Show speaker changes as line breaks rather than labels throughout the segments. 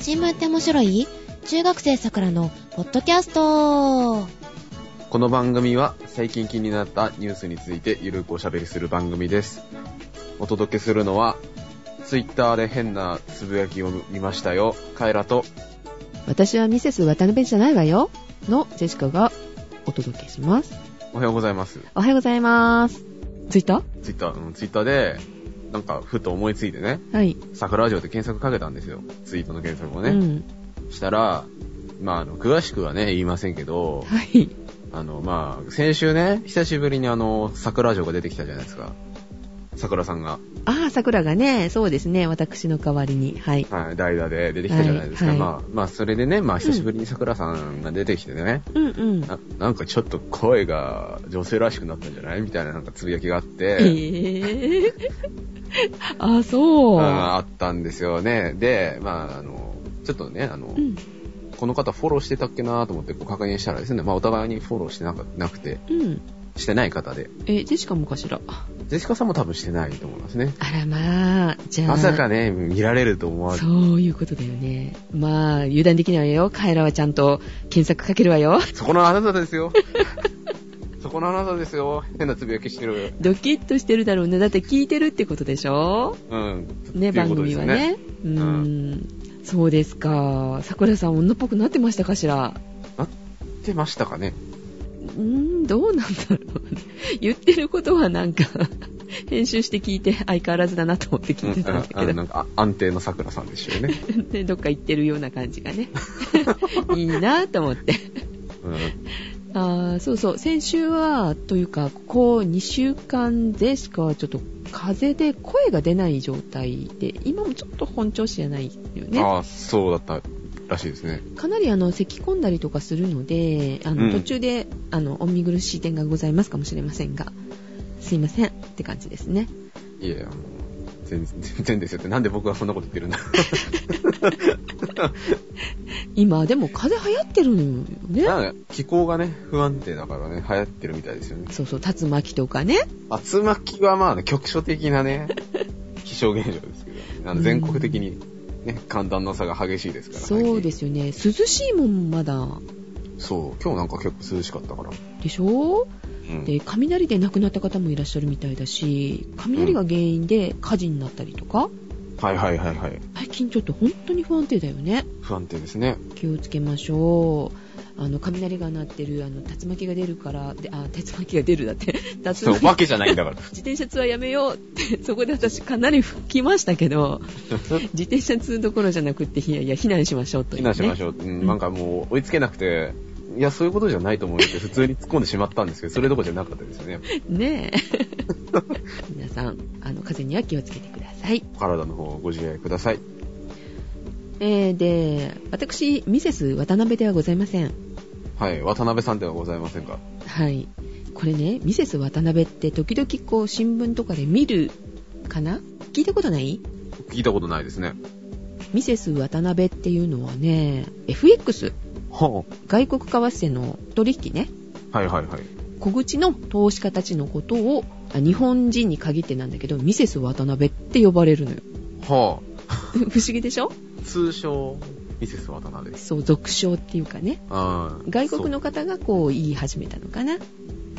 新聞って面白い中学生さくらのポッドキャスト
この番組は最近気になったニュースについてゆるくおしゃべりする番組です。お届けするのは、ツイッターで変なつぶやきを見ましたよ。カエラと、
私はミセス渡辺じゃないわよのジェシカがお届けします。
おはようございます。
おはようございます。ツイッター
ツイッター、うん、ツイッターで、なんか、ふと思いついてね、
はい。
桜ラジオで検索かけたんですよ。ツイートの検索をね。
うん。
したら、まあ、あの、詳しくはね、言いませんけど、
はい。
あの、まあ、先週ね、久しぶりにあの、桜ラジオが出てきたじゃないですか。桜さんが、
ああ、桜がね、そうですね、私の代わりに。はい。
はい、代打で出てきたじゃないですか。
はい
まあ、まあ、それでね、まあ、久しぶりに桜さんが出てきてね、
うんうん。
ななんかちょっと声が女性らしくなったんじゃないみたいななんかつぶやきがあっ
え
て、
ー、 あー、そう。
ああったんですよね。で、まあ、あの、ちょっとね、あの、
うん。
この方フォローしてたっけなと思ってこう確認したらですね、まあ、お互いにフォローしてなかなくて、
うん。
してない方で、
え、ジェシカもかしら
ジェシカさんも多分してないと思いますね。
あらまあ、じゃあ。
まさかね、見られると思わず、
そういうことだよね。まあ、油断できないわよ。カエラはちゃんと検索かけるわよ。
そこのあなたですよ。そこのあなたですよ。変なつぶやきしてる。
ドキッとしてるだろうね。だって聞いてるってことでしょ
うん。
ね、
っていう
番
ことで
組
す
は
よ
ね。うーん、そうですか。桜さん女っぽくなってましたかしら
言ってましたかね。
うーん、どうなんだろうね。 言ってることはなんか、 編集して聞いて相変わらずだなと思って聞いてたんだ
うんあ
け
な
ど、
んかあ安定の桜さんでしたよ ね。
でどっか行ってるような感じがね。 いいなと思って。
うん
あーそうそう、先週は、というか、ここ2週間でしか、ちょっと風邪で声が出ない状態で、今もちょっと本調子じゃないよね。
ああ、そうだったらしいですね。
かなりあの咳き込んだりとかするのであの、
うん
途中であのお見苦しい点がございますかもしれませんがすいませんって感じですね
いやいや、もう全然、全然ですよって。なんで僕がそんなこと言ってるんだろ
今でも風邪流行ってるの
う。
よね
なんか気候がね、不安定だからね、流行ってるみたいですよね。
そうそう竜巻とかね
竜巻はまあね、局所的な ね、気象現象ですけど、あの全国的にね、寒暖の差が激しいですから。。
そうですすよね涼しいもんまだ
そう、今日なんか結構涼しかったから。
でしょ
うん
で雷で亡くなった方もいらっしゃるみたいだし雷が原因で火事になったりとか
はいはいはいはい。
最近ちょっと本当に不安定だよね
不安定ですね。
気をつけましょうあの雷が鳴ってるあの竜巻が出るからであ竜巻が出るだって竜巻
そう、お化けじゃないんだから。
自転車通はやめようって そこで私かなり吹きましたけど自転車通どころじゃなくっていやいや避難しましょうとい
避
う、ね、
難しましょう、うんなんかもう追いつけなくて、いや、そういうことじゃないと思うよって普通に突っ込んでしまったんですけど、それどころじゃなかったですよね。
ね え皆さんあの風には気をつけてください、
お体の方ご自愛ください。
えー、で私ミセス渡辺ではございません
はい、渡辺さんではございませんか。
はい。これね、ミセス渡辺って時々こう新聞とかで見るかな聞いたことない
聞いたことないですね。
ミセス渡辺っていうのはね、FX、
は
外国為替の取引ね、
あ、はいはいはい。
小口の投資家たちのことを、あ日本人に限ってなんだけど、ミセス渡辺って呼ばれるのよ。
は
不思議でしょ
あ、通称、ミセス渡辺です。
そう、俗称っていうかね。
うん
外国の方がこう言い始めたのかな。
そう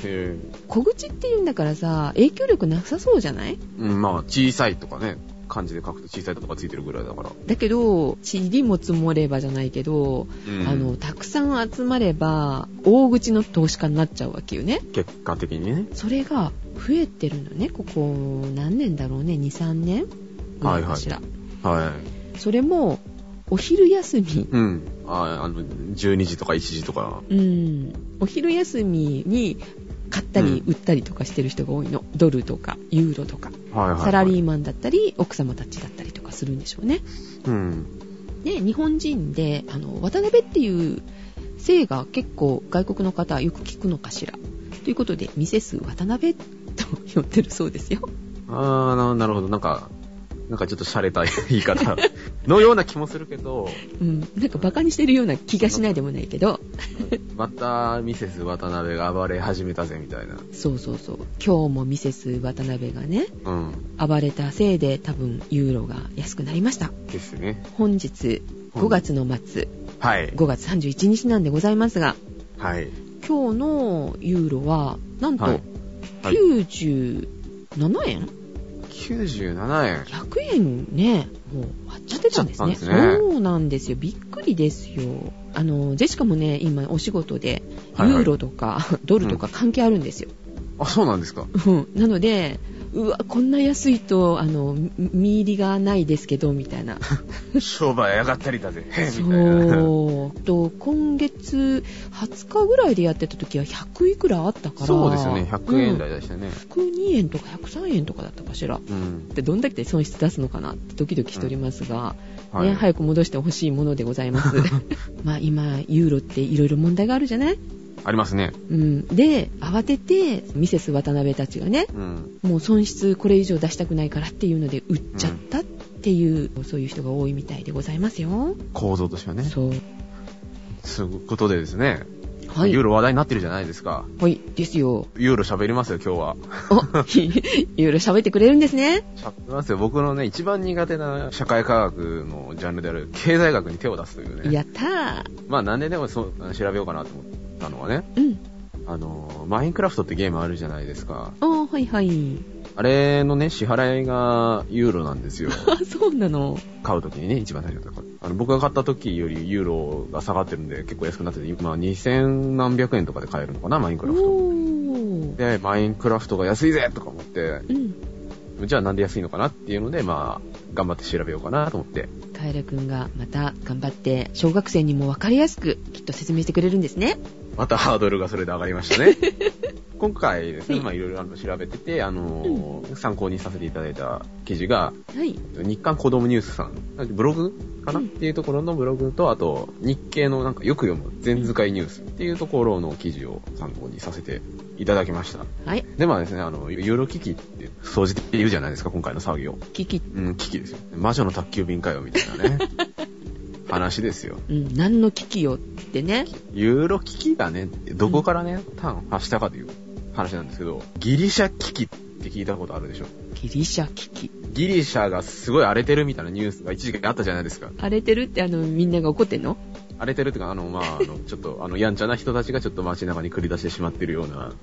へ
小口っていうんだからさ、影響力なさそうじゃない
えうん、まあ、小さいとかね、漢字で書くと小さいとかついてるぐらいだから。
だけど、塵も積もればじゃないけど、
うん
あの、たくさん集まれば、大口の投資家になっちゃうわけよね。
結果的にね。
それが増えてるのね、ここ何年だろうね、2、3年ぐらいかしら。
はい。
それも、お昼休み、
うん。ああの、12時とか1時とか。
うん、お昼休みに買ったり
う
売ったりとかしてる人が多いの。ドルとか、ユーロとか、
はいはい、はい。
サラリ
ー。
ーマンだったり、奥様たちだったりとかするんでしょうね。
うん。
で日本人であの渡辺っていう姓が結構外国の方はよく聞くのかしらということでミセス渡辺と呼んでるそうですよ
あーな、なるほど。なんか、なんかちょっと洒落た 言い方のような気もするけど、
うんなんかバカにしてるような気がしないでもないけど
またミセス渡辺が暴れ始めたぜみたいな。
そうそうそう今日もミセス渡辺がね
うん。
暴れたせいで多分ユーロが安くなりました
ですね。
本日5月の末、
はい。
5月31日なんでございますが、
はい。
今日のユーロは、なんと
はいはい
97円、
97円。
100円ね、もう割っちゃってたんですね。
割っちゃったんですね
そうなんですよ。びっくりですよ。あの、ジェシカもね、今お仕事で、ユ
はいはい
ーロとか、ドルとか関係あるんですよ。
あ、そうなんですか。
うんなので、うわ、こんな安いと、あの、み見入りがないですけど、みた いな。
商売上がったりだぜ。へえみたいな。
そう。と、今月20日ぐらいでやってた時は100いくらあったから。
そうですよね。100円
うん
台でしたね。
102円とか103円とかだったかしら。
うん。
でどんだけ損失出すのかなってドキドキしておりますが、
はい。
ね、早く戻してほしいものでござ います。まあ今、ユーロっていろいろ問題があるじゃない
ありますね。
うん。で、慌てて、ミセス渡辺たちがね、
うん。
もう損失これ以上出したくないからっていうので売っちゃったっていう、そういう人が多いみたいでございますよ。
構造としてはね。
そう。
そういうことでですね。
はい。
ユーロ話題になってるじゃないですか。
はい、ですよ。
ユーロ喋りますよ、今日は。
お、いろいろ喋ってくれるんですね。
喋りますよ。僕のね、一番苦手な社会科学のジャンルである経済学に手を出すというね。
やったー。
まあ何ででもそうあの調べようかなと思ったのはね、
うん。
あの、マインクラフトってゲームあるじゃないですか。
あーはいはい。
あれのね、支払いがユーロなん ですよ。
あ、そうなの。
買うときにね、一番最初のとこあの僕が買ったときよりユーロが下がってるんで結構安くなってて、今2000何百円とかで買えるのかな、マイン
お
クラフト。
ー。
で、マインクラフトが安いぜとか思って、
うん。
じゃあなんで安いのかなっていうので、まあ、頑張って調べようかなと思って。
カエルくんがまた頑張って、小学生にもわかりやすくきっと説明してくれるんですね。
またハードルがそれで上がりました ね。今回ですね、
はい
まあいろいろあの調べてて、あのー参考にさせていただいた記事が、
はい。
日刊子供ニュースさん、ブログかな、
うん
っていうところのブログと、あと、日経のなんかよく読む全図解ニュースっていうところの記事を参考にさせていただきました。
はい。
で、まあですね、あの、ユーロ危機って掃除って言うじゃないですか、今回の騒ぎを。
キキ。
うん、危機ですよ。魔女の宅急便かよ、みたい なね。話ですよ。
うん、何の危機よってね。
ユーロ危機がね、どこからね、ターン発したかという話なんですけど、ギリシャ危機って聞いたことあるでしょ。
ギリシャ危機。
ギリシャがすごい荒れてるみたいなニュースが一時期あったじゃないですか。
荒れてるってあの、みんなが怒ってんの
荒れてるっていうか、あの、まあ、あの、ちょっと、あの、やんちゃな人たちがちょっと街中に繰り出してしまってるような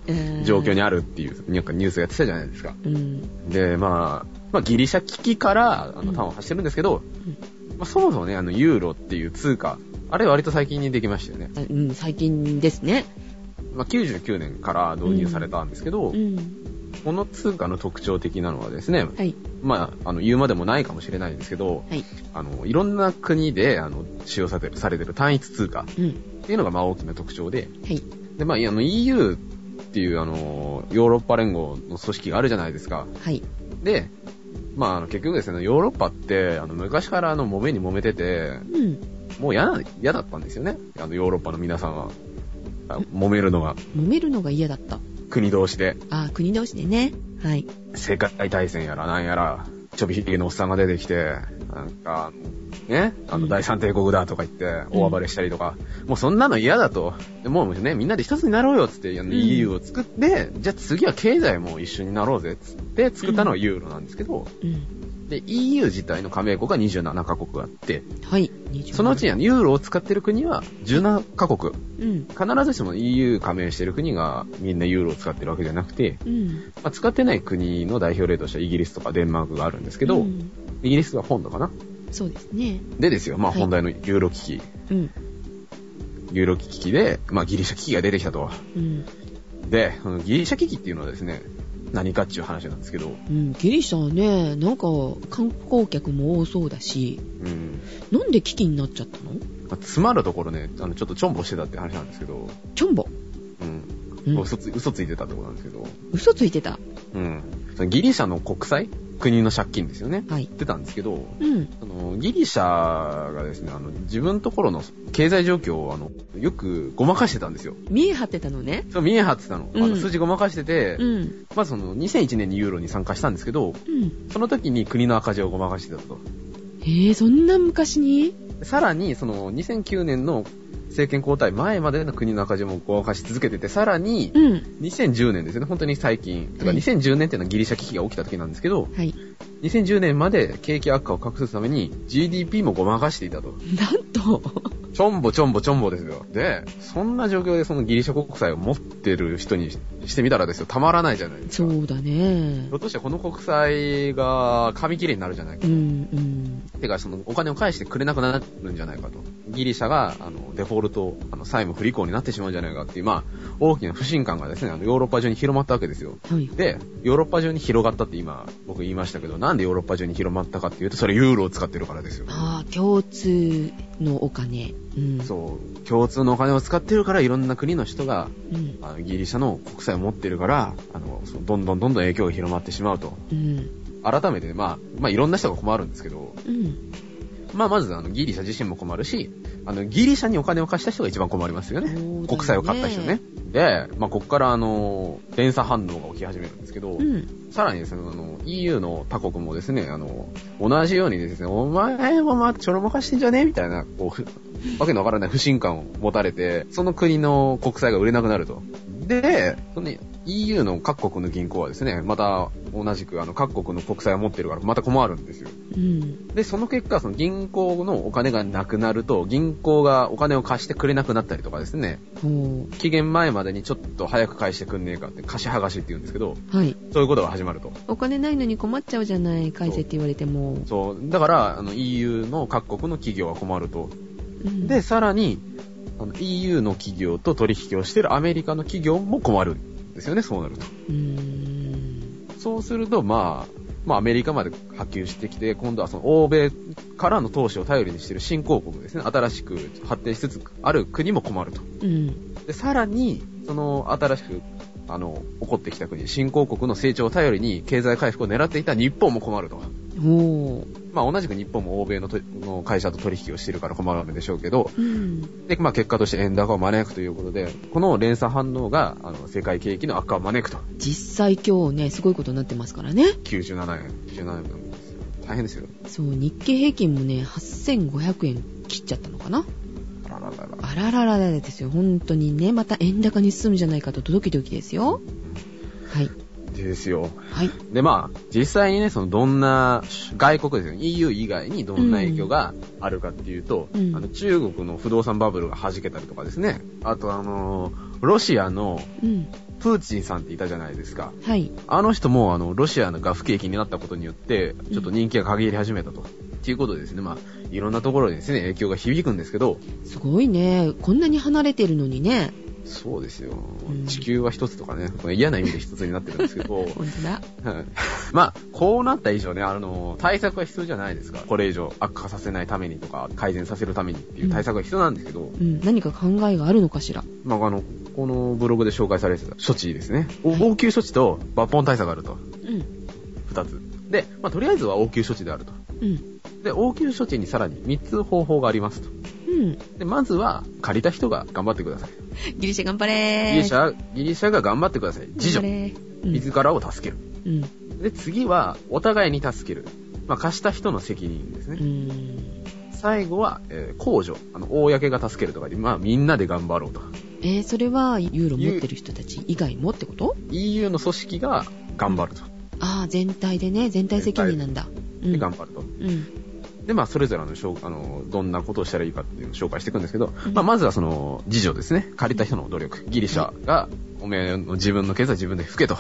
状況に
あ
あるっていう、なんかニュースがやってたじゃないですか。
うん。
で、まあ、まあ、ギリシャ危機から、あ
う
の、
ん
ターンを発してるんですけど、まあ、そもそもね、あの、ユーロっていう通貨、あれ割と最近にできましたよね。
あうん、最近ですね。
まあ、99年から導入されたんですけど、
うん。
この通貨の特徴的なのはですね、
はい。
まあ、あの、言うまでもないかもしれないんですけど、
はい。
あの、いろんな国で、あの、使用されてるされてる単一通貨っ
うん。
ていうのが、まあ、大きな特徴で、
はい。
で、まあ、あの、EU っていう、あの、ヨーロッパ連合の組織があるじゃないですか。
はい。
で、まあ、あの結局ですね、ヨーロッパって、あの、昔から、あの、揉めに揉めてて、
うん。
もう嫌な、嫌だったんですよね。あの、ヨーロッパの皆さんは。あ揉めるのが、
揉めるのが嫌だった。
国同士で、
あー、国同士でね。はい。
世界大戦やらなんやら、ちょびひげのおっさんが出てきて、なんか、ね、あ
う
の、
ん
第三帝国だとか言って、大暴れしたりとか、もうそんなの嫌だと。でもうね、みんなで一つになろうよっつって、あの
うん
EU を作って、じゃあ次は経済も一緒になろうぜっつって作ったのがユーロなんですけど、
うん。
で、EU 自体の加盟国が27カ国あって、
はい。
そのうちにあのユーロを使ってる国は17カ国。
うん。
必ずしも EU 加盟してる国がみんなユーロを使ってるわけじゃなくて、
うん。
まあ、使ってない国の代表例としてはイギリスとかデンマークがあるんですけど、
うん
イギリスが本土かな
そうですね。
でですよ、まあ
はい
本題のユーロ危機、
うん。
ユーロ危機で、まあギリシャ危機が出てきたと。
うん。
で、そのギリシャ危機っていうのはですね、何かっていう話なんですけど、
うん、ギリシャはね、なんか観光客も多そうだし、
うん。
なんで危機になっちゃったの
まあ詰まるところね、あの、ちょっとチョンボしてたって話なんですけど、
チョンボ。
うん。
うん
嘘つ、嘘ついてたってことなんですけど、
嘘ついてた。
うん。そのギリシャの国債国の借金ですよね。
はい。
言ってたんですけど、
うん。
あの、ギリシャがですね、あの、自分のところの経済状況を、あの、よくごまかしてたんですよ。
見え張ってたのね。
そう、見え張ってたの。あ
うん
の、数字ごまかしてて、
うん。
まずその、2001年にユーロに参加したんですけど、
うん。
その時に国の赤字をごまかしてたと。
へえ、そんな昔に
さらに、その、2009年の政権交代前までの国の赤字もごまかし続けてて、さらに、
うん。
2010年ですよね、本当に最近。とか
はい
2010年っていうのはギリシャ危機が起きた時なんですけど、
はい。
2010年まで景気悪化を隠すために GDP もごまかしていたと。
なんと、
ちょんぼちょんぼちょんぼですよ。で、そんな状況でそのギリシャ国債を持ってる人にしてみたらですよ、たまらないじゃないです
そ
か。
うだね
ひょ。っとしてこの国債が紙切れになるじゃないか
う。んうん。
てか、そのお金を返してくれなくなるんじゃないかと。ギリシャが、あの、デフォルト、あの、債務不履行になってしまうんじゃないかっていう、まあ、大きな不信感がですね、あの、ヨーロッパ中に広まったわけですよ。
はい。
で、ヨーロッパ中に広がったって今、僕言いましたけど、なんでヨーロッパ中に広まったかっていうと、それユーロを使ってるからですよ。
ああ、共通のお金。うん。
そう、共通のお金を使ってるから、いろんな国の人が、
うん。
あのギリシャの国債を持ってるから、あの、そのどんどんどんどん影響が広まってしまうと。
うん。
改めて、まあ、まあ、いろんな人が困るんですけど、
うん。
まあ、まず、あの、ギリシャ自身も困るし、あの、ギリシャにお金を貸した人が一番困りますよね。
そうだね
国債を買った人ね。で、まあ、こっから、あの、連鎖反応が起き始めるんですけど、
うん。
さらにですね、あの、EU の他国もですね、あの、同じようにですね、お前もま、ちょろまかしてんじゃねみたいな、こうふ、わけのわからない不信感を持たれて、その国の国債が売れなくなると。で、その EU の各国の銀行はですね、また同じくあの各国の国債を持ってるから、また困るんですよ。
うん。
で、その結果、その銀行のお金がなくなると、銀行がお金を貸してくれなくなったりとかですね、
ほ
期限前までにちょっと早く返してくんねえかって、貸し剥がしって言うんですけど、
う。はい。
そういうことが始まると。
お金ないのに困っちゃうじゃない。返せって言われても。
そう。だから、あの、EU の各国の企業は困ると。
うん
で、さらに、あの、EU の企業と取引をしてるアメリカの企業も困るんですよね、そうなると。
うーん。
そうすると、まあ、まあ、アメリカまで波及してきて、今度はその、欧米からの投資を頼りにしてる新興国ですね、新しく発展しつつある国も困ると。
うん。
で、さらに、その、新しく、あの、起こってきた国、新興国の成長を頼りに経済回復を狙っていた日本も困ると。
ほ
まあ同じく日本も欧米のとの会社と取引をしてるから困るわけでしょうけど、
う。うん。
で、まあ結果として円高を招くということで、この連鎖反応が、あの、世界景気の悪化を招くと。
実際今日ね、すごいことになってますからね。
97円、97円なんですよ。大変ですよ。
そう、日経平均もね、8500円切っちゃったのかな。
あらららら。
あららららですよ。本当にね、また円高に進むんじゃないかとドキドキですよ。はい。
でですよ。
はい。
で、まあ、実際にね、その、どんな、外国ですよ。EU 以外にどんな影響があるかっていうと、
うん
あの、中国の不動産バブルが弾けたりとかですね。あと、あの、ロシアの
うん。
プーチンさんっていたじゃないですか。
はい。
あの人も、あの、ロシアが不景気になったことによって、ちょっと人気が限り始めたと。っていうことでですね、まあ、いろんなところにですね、影響が響くんですけど、
すごいね。こんなに離れてるのにね。
そうですよ
うん。
地球は一つとかね、これ嫌な意味で一つになってるんですけど、
本当だ。
はいまあ、こうなった以上ね、あの、対策は必要じゃないですか。これ以上悪化させないためにとか、改善させるためにっていう対策は必要なんですけど、
うん。何か考えがあるのかしら。
まあ、あの、このブログで紹介されてた処置ですね。
は
応
い
急処置と抜本対策があると。
うん。
二つ。で、まあ、とりあえずは応急処置であると。
うん。
で、応急処置にさらに3つ方法がありますと。
うん。
で、まずは、借りた人が頑張ってください。
ギリシャ頑張れー。
ギリシャ、ギリシャが頑張ってください。自
頑張
助。
れーうん
自らを助ける。
うん。
で、次は、お互いに助ける。まあ、貸した人の責任です
う
ね。
ん。
最後は、えー公助。あの、公が助けるとかで、まあ、みんなで頑張ろうと。
えー、それはユーロ持ってる人たち以外もってこと
EU の組織が頑張ると。
ああ、全体でね、全体責任なんだ。うん。
で、頑張ると。
うん。
で、まあ、それぞれのしょう、あの、どんなことをしたらいいかっていうのを紹介していくんですけど、
うん
まあ、まずはその、自助ですね。借りた人の努力。ギリシャが、おめえの自分の経済自分で吹けと。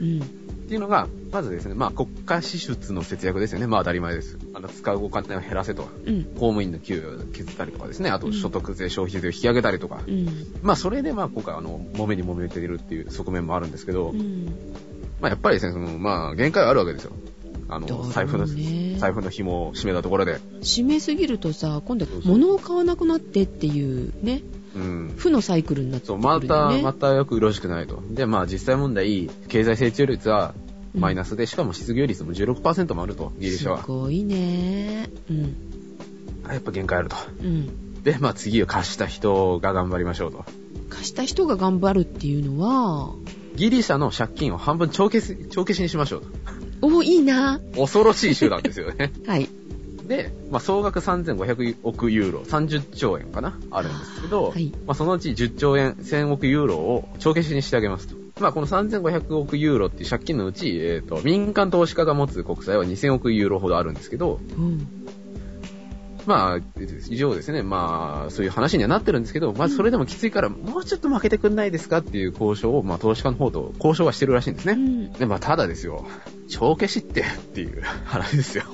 うん。
っていうのが、まずですね、まあ、国家支出の節約ですよね。まあ、当たり前です。あの、使うお金を減らせと。
うん。
公務員の給与を削ったりとかですね。あ
う
と、
ん
所得税、消費税を引き上げたりとか
う。ん。
まあ、それで、まあ、今回、あの、揉めに揉めているっていう側面もあるんですけど
う、ん。
まあ、やっぱりですね、その、まあ、限界はあるわけですよ。あ
どうだろう
の、
ね
財布の、財布の紐を締めたところで。
締めすぎるとさ、今度
そうそう
物を買わなくなってっていうね、
うん。
負のサイクルになってく
そう、
る
ま
よ
た、
ね。
またよくよろしくないと。で、まあ実際問題、経済成長率は
うん
マイナスで、しかも失業率も16%もあると、ギリシャは
す。ごいね。うん。
あやっぱ限界あると。
うん。
で、まあ次は貸した人が頑張りましょうと。
貸した人が頑張るっていうのは、
ギリシャの借金を半分帳消し、帳消しにしましょう
おお、いいな。
と。恐ろしい手段ですよね。
はい。
で、まあ、総額3500億ユーロ、30兆円かな、あるんですけど、
はい
まあ、そのうち10兆円、1000億ユーロを帳消しにしてあげますと。まあ、この3500億ユーロっていう借金のうち、えっ、と、民間投資家が持つ国債は2000億ユーロほどあるんですけど、
うん
まあ、以上ですね、まあ、そういう話にはなってるんですけど、まあ、それでもきついから、もうちょっと負けてくんないですかっていう交渉を、まあ、投資家の方と交渉はしてるらしいんですね。
うん
で、まあ、ただですよ、帳消しってっていう話ですよ。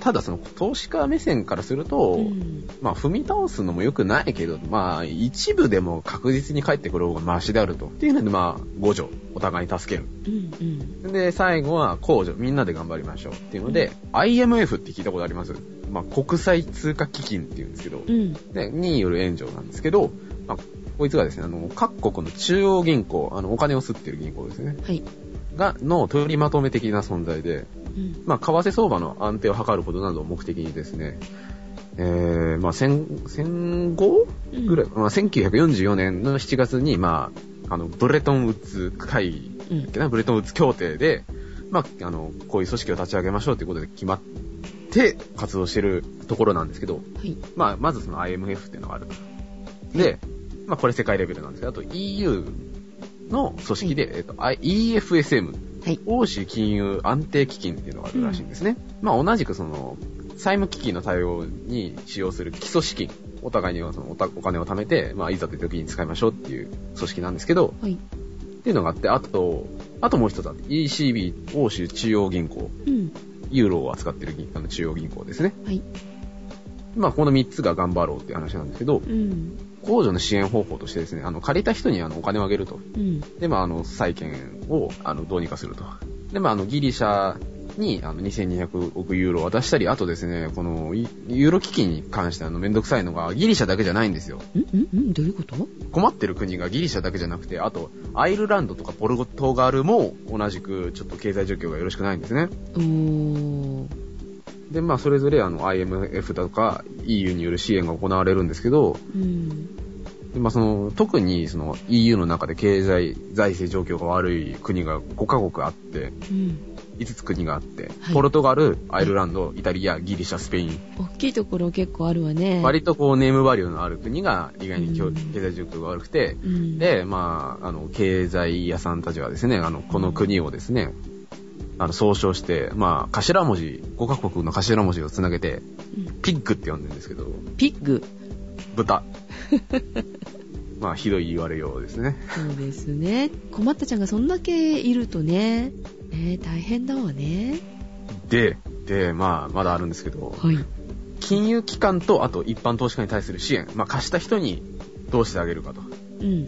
ただ、その、投資家目線からすると、
うん
まあ、踏み倒すのも良くないけど、まあ、一部でも確実に帰ってくる方がマシであると。っていうので、まあ、互助、お互いに助ける。
うん
で、最後は、公助、みんなで頑張りましょうっていうので、IMF って聞いたことありますまあ、国際通貨基金っていうんですけど、
うん
でによる援助なんですけど、まあ、こいつがですね、あの、各国の中央銀行、あの、お金を吸ってる銀行ですね。
はい
が、の取りまとめ的な存在で、
うん
まあ、為替相場の安定を図ることなどを目的にですね、えー、まあ、戦、戦後
うん
ぐらい、まあ、1944年の7月に、まあ、あの、ブレトンウッズ会議
う
だっ
ん
けな、ブレトンウッズ協定で、まあ、あの、こういう組織を立ち上げましょうということで決まって活動してるところなんですけど、
はい
まあ、まずその IMF っていうのがあると。で、まあ、これ世界レベルなんですけど、あと EU の組織で、えっと、I- EFSM、
はい
欧州金融安定基金っていうのがあるらしいんですね。まあ、同じくその、債務危機の対応に使用する基礎資金、お互いにはそのおたお金を貯めて、まあ、いざという時に使いましょうっていう組織なんですけど、
はい
っていうのがあって、あと、あともう一つあって、ECB、欧州中央銀行、
うん
ユーロを扱ってる銀あの中央銀行ですね。
はい
まあ、この3つが頑張ろうっていう話なんですけど、
うん
控除の支援方法としてですね、あの、借りた人にあの、お金をあげると。
うん
で、まあ、あの、債券を、あの、どうにかすると。で、まあ、あの、ギリシャに、あの、2200億ユーロを渡したり、あとですね、この、ユユーロ基金に関してあの、めんどくさいのが、ギリシャだけじゃないんですよ。
うんうんどういうこと
困ってる国がギリシャだけじゃなくて、あと、アイルランドとかポルトガルも、同じく、ちょっと経済状況がよろしくないんですね。
おー
で、まあ、それぞれ、あの、IMF だとか、EU による支援が行われるんですけど、
うん
でまあ、その特にその EU の中で経済財政状況が悪い国が5カ国あって
うん
5つ国があって、
はい
ポルトガルアイルランドイタリアギリシャスペイン、
大きいところ結構あるわね
割とこうネームバリューのある国が意外にきょ
うん
経済状況が悪くて
うん
で、まあ、あの経済屋さんたちはですねあのこの国をですねあの総称して、まあ、頭文字5カ国の頭文字をつなげて
うん
ピッグって呼んでるんですけど
ピッグ
豚まあひどい言われようですね
そうですね困ったちゃんがそんだけいるとねね大変だわね
で、で、まあ、まだあるんですけど、
はい
金融機関と、あと一般投資家に対する支援、まあ、貸した人にどうしてあげるかと。
うん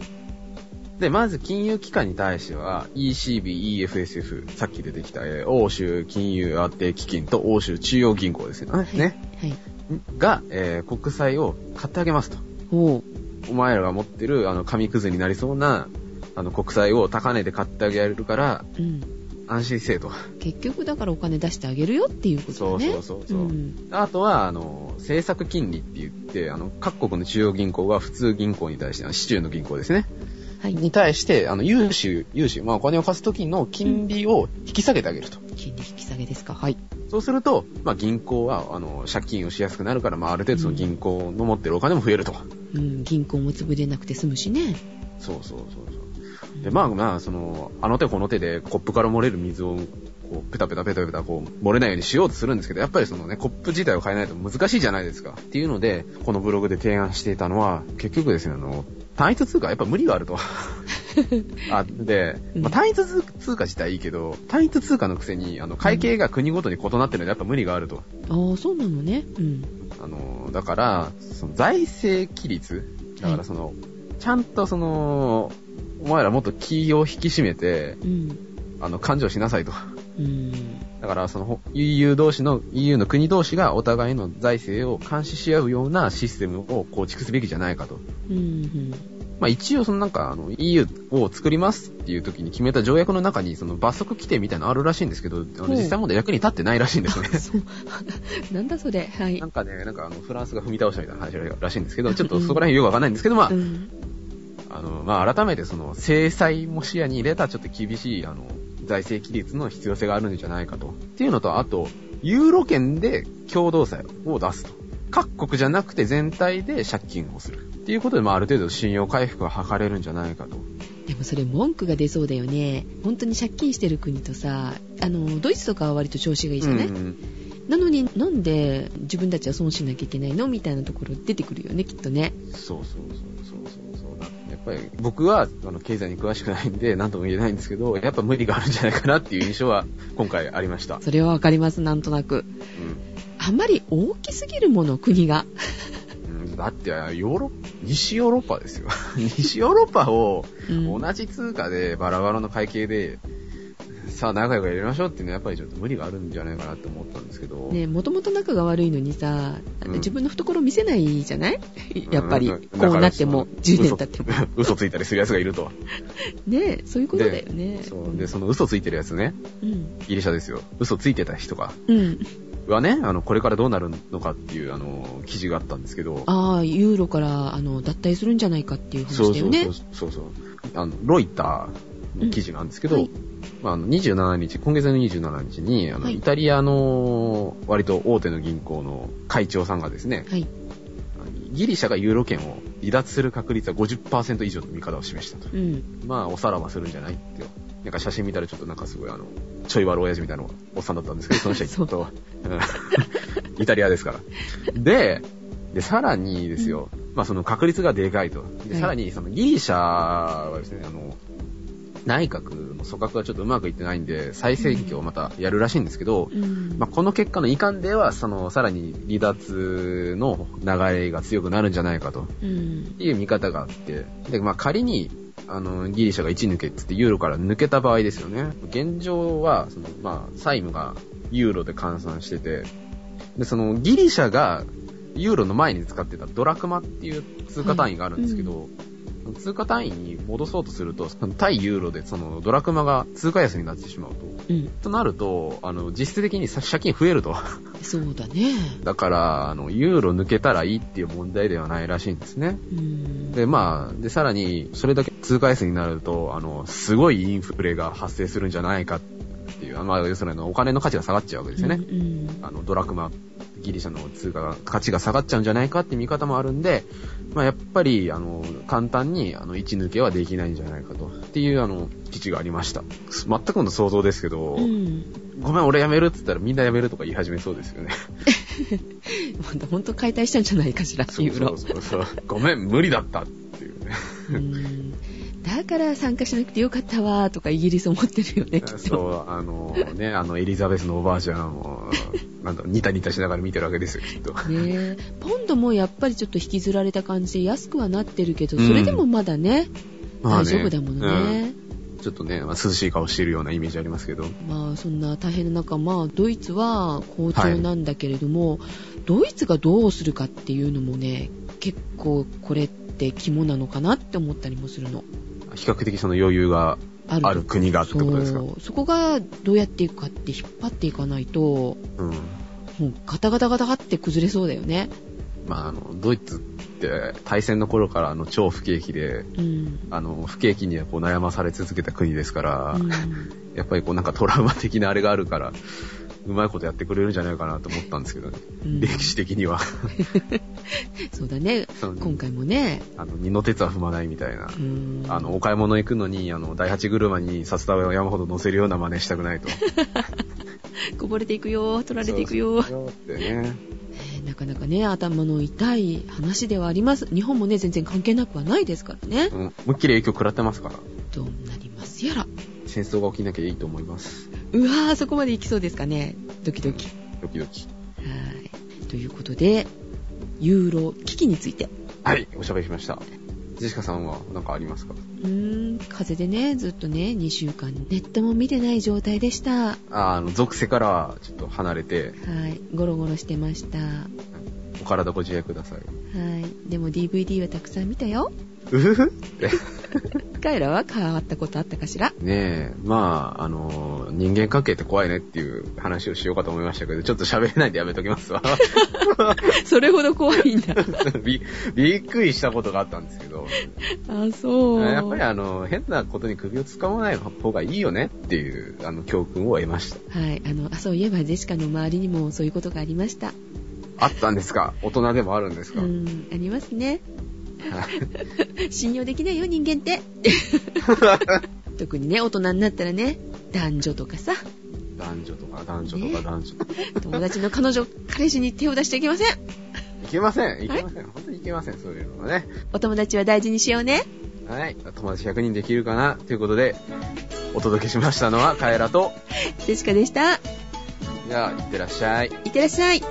で、まず金融機関に対しては、ECB、EFSF、さっき出てきた、えー欧州金融安定基金と欧州中央銀行ですよね。ね
はい
が、えー国債を買ってあげますと。
おう
お前らが持ってる、あの、紙くずになりそうな、あの、国債を高値で買ってあげられるから、
うん
安心せえと。
結局だからお金出してあげるよっていうことだ
そ
ね
うそうそうそう
うん
あとは、あの、政策金利って言って、あの、各国の中央銀行は普通銀行に対して、あの市中の銀行ですね。
はい
に対して、あの、融資、融資、まあ、お金を貸す時の金利を引き下げてあげると。
金利引き下げですかはい
そうすると、まあ、銀行は、あの、借金をしやすくなるから、まあ、ある程度その銀行の持ってるお金も増えると。
うん銀行も潰れなくて済むしね
そうそうそうそう。で、まあまあ、その、あの手この手でコップから漏れる水を、こう、ペタペタペタペタ、こう、漏れないようにしようとするんですけど、やっぱりそのね、コップ自体を変えないと難しいじゃないですか。っていうので、このブログで提案していたのは、結局ですね、あの、単一通貨はやっぱ無理があると。あで、まあ、単一通貨自体いいけど、単一通貨のくせに、あの、会計が国ごとに異なってるのでやっぱ無理があると。
ああそうなのねうん
あの、だから、その財政規律、だからその、ちゃんとその、お前らもっと気を引き締めて、
うん
あの、勘定しなさいと。
うん
だから、その、ほ EU 同士の、EU の国同士がお互いの財政を監視し合うようなシステムを構築すべきじゃないかと。
うんうん
まあ一応、そのなんか、あの、EU を作りますっていう時に決めた条約の中に、その罰則規定みたいなのあるらしいんですけど、あの
ほう
実際問題役に立ってないらしいんですよね。
そうなんだそれはい
なんかね、なんかあの、フランスが踏み倒したみたいな話らしいんですけど、ちょっとそこら辺よくわかんないんですけど、まあ
う、ん
あの、まあ、改めてその、制裁も視野に入れたちょっと厳しい、あの、財政規律の必要性があるんじゃないかと。っていうのと、あと、ユーロ圏で共同債を出すと。各国じゃなくて全体で借金をする。っていうことで、まあ、ある程度信用回復が図れるんじゃないかと。
でもそれ文句が出そうだよね本当に借金してる国とさあのドイツとかは割と調子がいいじゃない、
うんうん
なのになんで自分たちは損しなきゃいけないのみたいなところ出てくるよねきっとね
そうそうそうそうそうそうだ。やっぱり僕はあの経済に詳しくないんで何とも言えないんですけど、やっぱ無理があるんじゃないかなっていう印象は今回ありました。
それはわかりますなんとなくあんまり大きすぎるもの国が
うんうんだってヨーロッ西ヨーロッパですよ。 西ヨーロッパを
うん
同じ通貨でバラバラの会計で、さあ仲良くやりましょうっていうのはやっぱりちょっと無理があるんじゃないかなって思ったんですけど。
ねもともと仲が悪いのにさ、
うん
自分の懐見せないじゃないやっぱり、
うんだから
こうなっても
その
10年経っても
嘘嘘ついたりする奴がいると。
ねそういうことだよね
そう。で、その嘘ついてる奴ね、
うん
ギリシャですよ。嘘ついてた人が、
うん
はね、あの、これからどうなるのかっていう、あの、記事があったんですけど、
ああユーロからあの脱退するんじゃないかっていう
そう
話
そ
だよ
う
ね
そうそうそう、あの、ロイターの記事なんですけど、
うんはい
まあ、あの27日、今月の27日に、あの、
はい
イタリアの、割と大手の銀行の会長さんがですね、
はい
ギリシャがユーロ圏を離脱する確率は50%以上の見方を示したと。
うん
まあ、おさらばするんじゃないってよ。なんか写真見たらちょっとなんかすごいあの、ちょい悪親父みたいなおっさんだったんですけど、その人はきっと、うん イタリアですから。で、で、さらにですよ、まあその確率がでかいと。で、
はい
さらにそのギリシャはですね、あの、内閣の組閣がちょっとうまくいってないんで、再選挙をまたやるらしいんですけど、
うん
まあ、この結果の遺憾では、その、さらに離脱の流れが強くなるんじゃないかと。
うん
いう見方があって、で、まあ仮に、あの、ギリシャが1抜けって言ってユーロから抜けた場合ですよね。現状は、その、まあ、債務がユーロで換算してて、で、その、ギリシャがユーロの前に使ってたドラクマっていう通貨単位があるんですけど、その通貨単位に戻そうとすると、その対ユーロでそのドラクマが通貨安になってしまうと。
うん
となると、あの、実質的にさ借金増えると。
そうだね
だから、あの、ユーロ抜けたらいいっていう問題ではないらしいんですね。
うん
で、まあ、で、さらに、それだけ通貨安になると、あの、すごいインフレが発生するんじゃないかっていう、まあ、要するにあのお金の価値が下がっちゃうわけですよね。
うん
あの、ドラクマ、ギリシャの通貨が、価値が下がっちゃうんじゃないかって見方もあるんで、まあ、やっぱり、あの、簡単に、あの、位置抜けはできないんじゃないかと、っていう、あの、基地がありました。全くの想像ですけど、
うん
ごめん、俺辞めるって言ったらみんな辞めるとか言い始めそうですよね。
まだ本当解体したんじゃないかしらユーロ
そうそうそうそう。ごめん、無理だったっていうね。
うんだから参加しなくてよかったわーとかイギリス思ってるよねきっと
そう、あのね、あの、エリザベスのおばあちゃんを、なんだろう、ニタニタしながら見てるわけですよ、きっと。
ねえポンドもやっぱりちょっと引きずられた感じで安くはなってるけどそれでもまだね、
まあ
大
ね
丈夫だものね、
うんちょっとね、まあ、涼しい顔してるようなイメージありますけど。
まあそんな大変な中、まあ、ドイツは好調なんだけれども、ドイツがどうするかっていうのもね結構これって肝なのかなって思ったりもするの
比較的その余裕が
ある
ある国がって
そ
ことですか。
うそこがどうやっていくかって引っ張っていかないと
うん。
もうガタガタガタガタって崩れそうだよね
まあ、あの、ドイツって、大戦の頃から、あの、超不景気で、
うん、
あの、不景気にはこう悩まされ続けた国ですから、
うん
やっぱりこうなんかトラウマ的なあれがあるから、うまいことやってくれるんじゃないかなと思ったんですけどね。
うん
歴史的に は。
そうだね
その
今回もね、
あの、二の鉄は踏まないみたいな。
うん、
あの、お買い物行くのに、あの、第八車に札束を山ほど乗せるような真似したくないと。
こぼれていくよ取られていくよ
そうってね。
なかなかね、頭の痛い話ではあります。日本もね、全然関係なくはないですからね
う。ん。思いっきり影響食らってますから。
どうなりますやら。
戦争が起きなきゃいいと思います。
うわー、そこまで行きそうですかね。ドキドキ。は
ドキドキ。
ーい。ということで、ユーロ危機について。
はい、おしゃべりしました。ジェシカさんは何かありますか
うーん、風邪でね、ずっとね、2週間ネットも見てない状態でした。は
ああの、属性からはちょっと離れて、
い。ゴロゴロしてました。は
お体ご自愛ください。
い。でも DVD はたくさん見たよ。
うふふって。
カエラは変わったことあったかしら
ねえ、 まあ、あのー人間関係って怖いねっていう話をしようかと思いましたけど、ちょっと喋れないでやめときますわ。
それほど怖いん だ。
び、びっくりしたことがあったんですけど、
あ、そう。
やっぱりあの、変なことに首をつかまない方がいいよねっていう、あの、教訓を得ました。
はい、あの、あ、そういえばジェシカの周りにもそういうことがありました。
あったんですか大人でもあるんです
う
か、
ん、ありますね。
はい
信用できないよ、人間 って。特にね、大人になったらね、男女とかさ、
男女とか男女とか男女とか。
友達の彼女、彼氏に手を出しちゃいけません。
いけません、いけません。本当にいけません、そういうのはね。
お友達は大事にしようね。
はい。友達100人できるかなということで、お届けしましたのはカエラと、
ジェシカでした。
じゃあ、いってらっしゃい。
いってらっしゃい。